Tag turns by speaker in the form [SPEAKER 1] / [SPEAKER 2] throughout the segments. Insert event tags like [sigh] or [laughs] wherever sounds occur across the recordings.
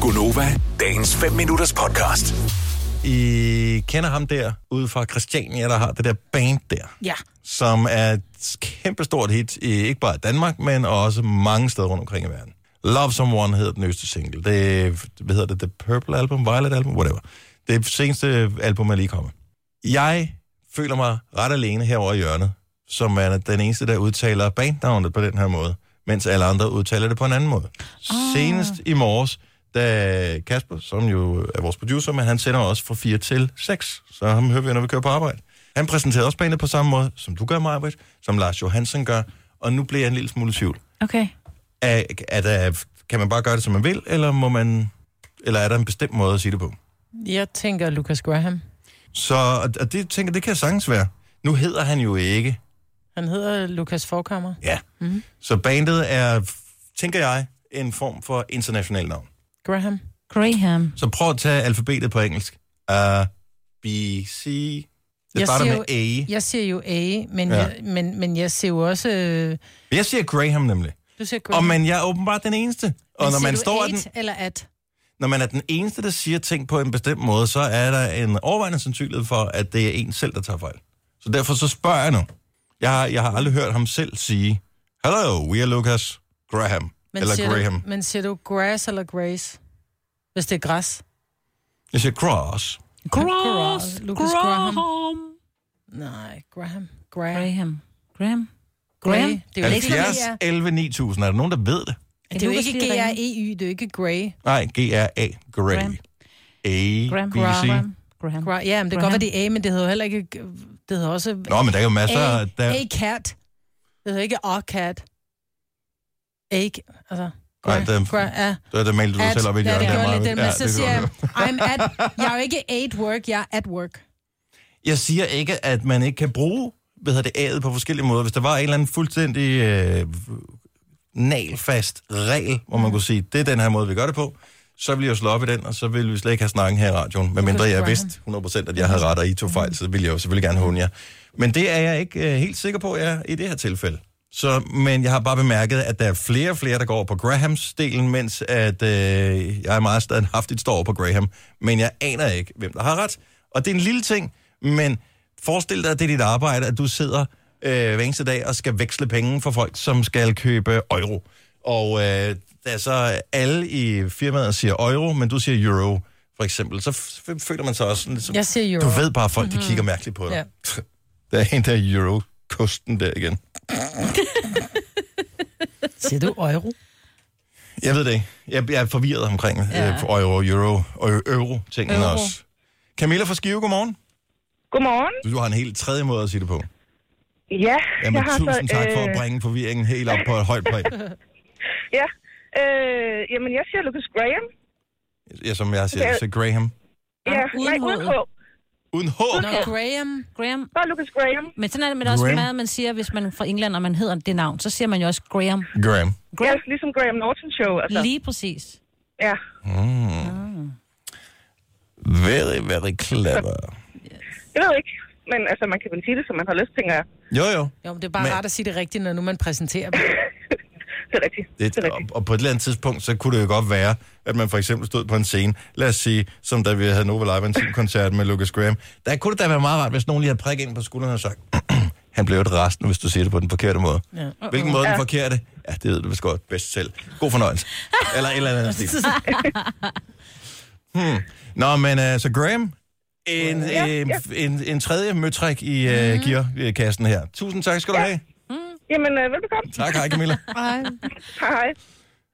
[SPEAKER 1] Gunova, dagens 5 minutters podcast.
[SPEAKER 2] I kender ham der, ude fra Christiania, der har det der band der,
[SPEAKER 3] Ja.
[SPEAKER 2] som er et kæmpestort hit, i, ikke bare i Danmark, men også mange steder rundt omkring i verden. Love Someone hedder den nyeste single. Det, er- hvad hedder det, The Purple Album, Violet Album, whatever. Det er seneste album, er lige kommet. Jeg føler mig ret alene herovre i hjørnet, som er den eneste, der udtaler bandnavnet på den her måde, mens alle andre udtaler det på en anden måde. Ah. Senest i morges, da Kasper, som jo er vores producer, men han sender os fra 4 til 6, så ham hører vi, når vi kører på arbejde. Han præsenterede også bandet på samme måde, som du gør, Marvitt, som Lars Johansen gør, og nu bliver jeg en lille smule i tvivl.
[SPEAKER 3] Okay.
[SPEAKER 2] Er, er der, kan man bare gøre det, som man vil, eller, må man, eller er der en bestemt måde at sige det på?
[SPEAKER 3] Jeg tænker Lucas Graham.
[SPEAKER 2] Så og- og det tænker det kan sagtens være. Nu hedder han jo ikke.
[SPEAKER 3] Han hedder Lucas Forkammer.
[SPEAKER 2] Ja. Mm. Så bandet er, tænker jeg, en form for international navn.
[SPEAKER 3] Graham.
[SPEAKER 4] Graham.
[SPEAKER 2] Så prøv at tage alfabetet på engelsk. A, B, C. Det
[SPEAKER 3] Jeg
[SPEAKER 2] starter
[SPEAKER 3] siger
[SPEAKER 2] med A.
[SPEAKER 3] Jeg siger jo A, men,
[SPEAKER 2] Ja.
[SPEAKER 3] ja. jeg, men, men jeg siger jo også... øh,
[SPEAKER 2] Men Jeg siger Graham nemlig.
[SPEAKER 3] Du siger Graham.
[SPEAKER 2] Og men jeg er åbenbart den eneste. Og
[SPEAKER 3] Men
[SPEAKER 2] når
[SPEAKER 3] siger
[SPEAKER 2] man,
[SPEAKER 3] du
[SPEAKER 2] står at
[SPEAKER 3] eight
[SPEAKER 2] den,
[SPEAKER 3] eller at?
[SPEAKER 2] når man er den eneste, der siger ting på en bestemt måde, så er der en overvejende sandsynlighed for, at det er en selv, der tager fejl. Så derfor så spørger jeg nu. Jeg har, jeg har aldrig hørt ham selv sige, Hello, we are Lucas Graham. Men
[SPEAKER 3] Men
[SPEAKER 2] eller
[SPEAKER 3] siger
[SPEAKER 2] Graham.
[SPEAKER 3] Du, men siger du grass eller grace? Hvis det er græs.
[SPEAKER 2] Jeg siger Cross.
[SPEAKER 3] Cross, Lucas Graham.
[SPEAKER 4] Graham.
[SPEAKER 3] Nej, Graham. Graham.
[SPEAKER 4] Graham. Graham.
[SPEAKER 3] Graham.
[SPEAKER 4] Graham.
[SPEAKER 3] Det er jo ikke, sådan,
[SPEAKER 2] 70,
[SPEAKER 3] det er.
[SPEAKER 2] 11, 9000. Er der nogen, der ved det?
[SPEAKER 3] Det er jo ikke
[SPEAKER 4] Lucas Graham.
[SPEAKER 3] G-R-E-Y, det er jo ikke Gray.
[SPEAKER 2] Nej, G-R-A. Graham.
[SPEAKER 4] Graham.
[SPEAKER 2] A,
[SPEAKER 4] Graham.
[SPEAKER 2] B, C.
[SPEAKER 4] Graham. Graham.
[SPEAKER 3] Gra- ja, men det kan
[SPEAKER 4] Graham.
[SPEAKER 3] godt være, det er A, men det hedder jo heller ikke... Det hedder også...
[SPEAKER 2] Nå, men der er jo masser
[SPEAKER 3] A,
[SPEAKER 2] af... Der...
[SPEAKER 3] A-cat. Det hedder ikke A-cat. A, altså...
[SPEAKER 2] Nej,
[SPEAKER 3] Gra-
[SPEAKER 2] den-
[SPEAKER 3] gra- ja.
[SPEAKER 2] Der, der malte du
[SPEAKER 3] At,
[SPEAKER 2] selv op i et
[SPEAKER 3] ja,
[SPEAKER 2] hjørne. der,
[SPEAKER 3] det gjorde
[SPEAKER 2] Maja.
[SPEAKER 3] lidt den, men så
[SPEAKER 2] det
[SPEAKER 3] siger
[SPEAKER 2] gjorde
[SPEAKER 3] jeg,
[SPEAKER 2] du.
[SPEAKER 3] I'm at, jeg er jo ikke at work, jeg er at work.
[SPEAKER 2] Jeg siger ikke, at man ikke kan bruge hvad hedder det, A'et på forskellige måder. Hvis der var en eller anden fuldstændig øh, nalfast regel, hvor
[SPEAKER 3] Mm.
[SPEAKER 2] man kunne sige, det er den her måde, vi gør det på, så ville jeg jo slå op i den, og så ville vi slet ikke have snakken her i radioen. Men mindre jeg
[SPEAKER 3] Graham.
[SPEAKER 2] vidste 100% at jeg havde ret, og I tog fejl, så ville jeg jo selvfølgelig gerne hunde jer. Men det er jeg ikke øh, helt sikker på, jeg er i det her tilfælde. Så, men jeg har bare bemærket, at der er flere og flere, der går over på Grahams-delen, mens at, øh, jeg er meget standhaftigt står over på Graham. Men jeg aner ikke, hvem der har ret. Og det er en lille ting, men forestil dig, at det er dit arbejde, at du sidder øh, hver eneste dag og skal veksle penge for folk, som skal købe euro. Og øh, der er så alle i firmaet siger euro, men du siger euro, for eksempel. Så f- f- føler man sig også sådan lidt som...
[SPEAKER 3] Jeg siger euro.
[SPEAKER 2] Du ved bare, at folk de kigger mærkeligt på dig.
[SPEAKER 3] Mhm. Ja.
[SPEAKER 2] [laughs] Der er en der er eurokosten der igen.
[SPEAKER 3] Siger du euro?
[SPEAKER 2] Jeg ved det ikke. Jeg, jeg er forvirret omkring ja.
[SPEAKER 3] Ja.
[SPEAKER 2] øh, euro, euro og ø- euro-tingene euro.
[SPEAKER 3] Euro.
[SPEAKER 2] også. Camilla fra Skive, godmorgen.
[SPEAKER 5] Godmorgen.
[SPEAKER 2] Du har en helt tredje måde at sige det på.
[SPEAKER 5] Ja,
[SPEAKER 2] Jamen,
[SPEAKER 5] jeg har
[SPEAKER 2] tusind
[SPEAKER 5] så... øh,
[SPEAKER 2] tak for at bringe forvirringen helt op på et højt plan.
[SPEAKER 5] Ja, øh, jamen jeg siger Lucas Graham.
[SPEAKER 2] Ja, som jeg siger, så Graham.
[SPEAKER 5] Ja,
[SPEAKER 4] uden
[SPEAKER 5] nej, uden
[SPEAKER 4] H'et.
[SPEAKER 5] K.
[SPEAKER 2] Uden H.
[SPEAKER 3] Nå, Graham.
[SPEAKER 4] Graham.
[SPEAKER 5] Bare Lucas Graham.
[SPEAKER 4] Men sådan er det men også
[SPEAKER 2] Graham.
[SPEAKER 4] meget, man siger, hvis man er fra England, og man hedder det navn, så siger man jo også Graham.
[SPEAKER 2] Graham.
[SPEAKER 5] Ja,
[SPEAKER 4] Graham.
[SPEAKER 5] ligesom Graham Norton Show. Altså.
[SPEAKER 4] Lige præcis.
[SPEAKER 5] Ja.
[SPEAKER 2] Very, very clever.
[SPEAKER 5] Jeg ved ikke, men altså, man kan vel sige det, som man har lyst, tænker jeg.
[SPEAKER 2] Jo, jo.
[SPEAKER 3] Jo, men det er bare
[SPEAKER 2] Men-
[SPEAKER 3] men... rart at sige det rigtigt, når nu man præsenterer [laughs] dem.
[SPEAKER 5] Det er rigtigt.
[SPEAKER 2] Det,
[SPEAKER 5] er
[SPEAKER 2] og,
[SPEAKER 5] rigtigt.
[SPEAKER 2] og på et eller andet tidspunkt, så kunne det jo godt være, at man for eksempel stod på en scene, lad os sige, som da vi havde Nova Live Team-koncert med Lucas Graham. Der kunne det da være meget rart, hvis nogen lige havde prikket ind på skulderen og sagt, [clears throat] han blev et resten, hvis du siger det på den forkerte måde.
[SPEAKER 3] Ja.
[SPEAKER 2] Hvilken måde den forkerte? Ja, det ved du vist godt bedst selv. God fornøjelse. Eller et eller andet stil. Hmm. Nå, men uh, så Graham, en, ja, en, en, en tredje møtræk i uh, gearkassen her. Tusind tak skal du have.
[SPEAKER 5] Jamen, øh, velbekomme.
[SPEAKER 2] Tak, hej Camilla.
[SPEAKER 3] Hej.
[SPEAKER 5] Hej, hej.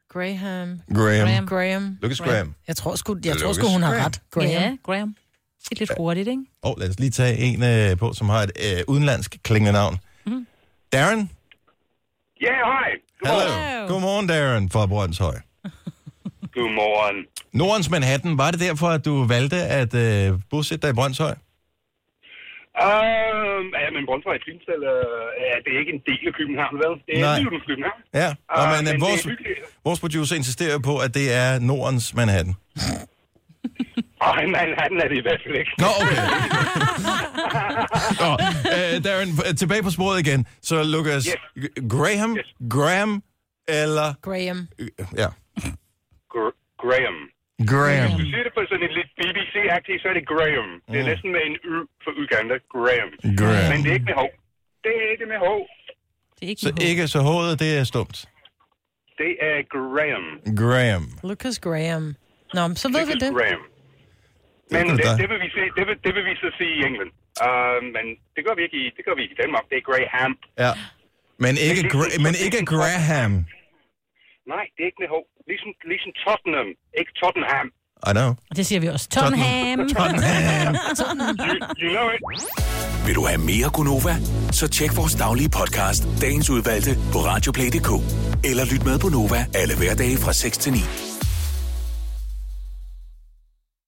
[SPEAKER 3] Graham.
[SPEAKER 2] Graham.
[SPEAKER 4] Graham.
[SPEAKER 3] Graham.
[SPEAKER 2] Lucas Graham.
[SPEAKER 3] Jeg tror sgu, jeg tror sgu
[SPEAKER 2] Lucas
[SPEAKER 3] hun har
[SPEAKER 2] Graham.
[SPEAKER 3] ret. Graham.
[SPEAKER 4] Ja, Graham. Det er lidt hurtigt, ikke?
[SPEAKER 2] Og lad os lige tage en øh, på, som har et øh, udenlandsk klingende navn. Mm. Darren?
[SPEAKER 6] Ja, hej.
[SPEAKER 2] Hallo.
[SPEAKER 4] Hello.
[SPEAKER 2] Godmorgen, Darren fra Brøndshøj.
[SPEAKER 6] Godmorgen.
[SPEAKER 2] Nordens Manhattan, var det derfor, at du valgte at øh, bosætte dig i Brøndshøj?
[SPEAKER 6] Øhm, ja, men Brøndshøj er et filmsted, øh, ja, det er ikke en del af København, vel? Det er
[SPEAKER 2] Nej.
[SPEAKER 6] en del af København.
[SPEAKER 2] Ja, og
[SPEAKER 6] Ah,
[SPEAKER 2] men,
[SPEAKER 6] men
[SPEAKER 2] øh,
[SPEAKER 6] det er
[SPEAKER 2] vores,
[SPEAKER 6] hyggeligt.
[SPEAKER 2] vores producer insisterer jo på, at det er Nordens Manhattan.
[SPEAKER 6] Ej, nej, nej, den er det i hvert fald ikke.
[SPEAKER 2] Nå,
[SPEAKER 6] [laughs]
[SPEAKER 2] okay. Nå, øh, Darren, øh, tilbage på sporet igen. Så Lucas
[SPEAKER 6] Yes.
[SPEAKER 2] G- Graham,
[SPEAKER 6] Yes.
[SPEAKER 2] Graham eller...
[SPEAKER 3] Graham.
[SPEAKER 2] øh, Ja, Mm.
[SPEAKER 6] Gr- Graham.
[SPEAKER 2] Graham.
[SPEAKER 6] Siger det på sådan en lidt BBC-agtig, så er det Graham. Det er næsten med en y for Uganda. Graham.
[SPEAKER 2] Mm. Graham.
[SPEAKER 6] Men det er ikke med hov. Det er ikke med hov.
[SPEAKER 4] Det er ikke
[SPEAKER 2] Så
[SPEAKER 4] en håb.
[SPEAKER 2] ikke så håret, det er stumt.
[SPEAKER 6] Det er Graham.
[SPEAKER 2] Graham.
[SPEAKER 3] Lucas Graham. Nå, men så ved vi det.
[SPEAKER 6] Lucas Graham. Men
[SPEAKER 2] Det er
[SPEAKER 6] det,
[SPEAKER 2] dig.
[SPEAKER 6] det, vil vi se, det, vil, det vil vi så sige i England. Uh, men det gør vi ikke i, det gør vi ikke i Danmark. Det er Graham.
[SPEAKER 2] Ja. Men ikke, Gra- men ikke Graham.
[SPEAKER 6] Nej, det er ikke med hov. Ligesom, ligesom Tottenham. Ikke Tottenham.
[SPEAKER 2] I know.
[SPEAKER 4] Og det siger vi også. Tottenham.
[SPEAKER 6] You know it.
[SPEAKER 1] Vil du have mere Gunova? Så tjek vores daglige podcast, dagens udvalgte, på radioplay.dk. Eller lyt med på Nova alle hverdage fra 6 til 9.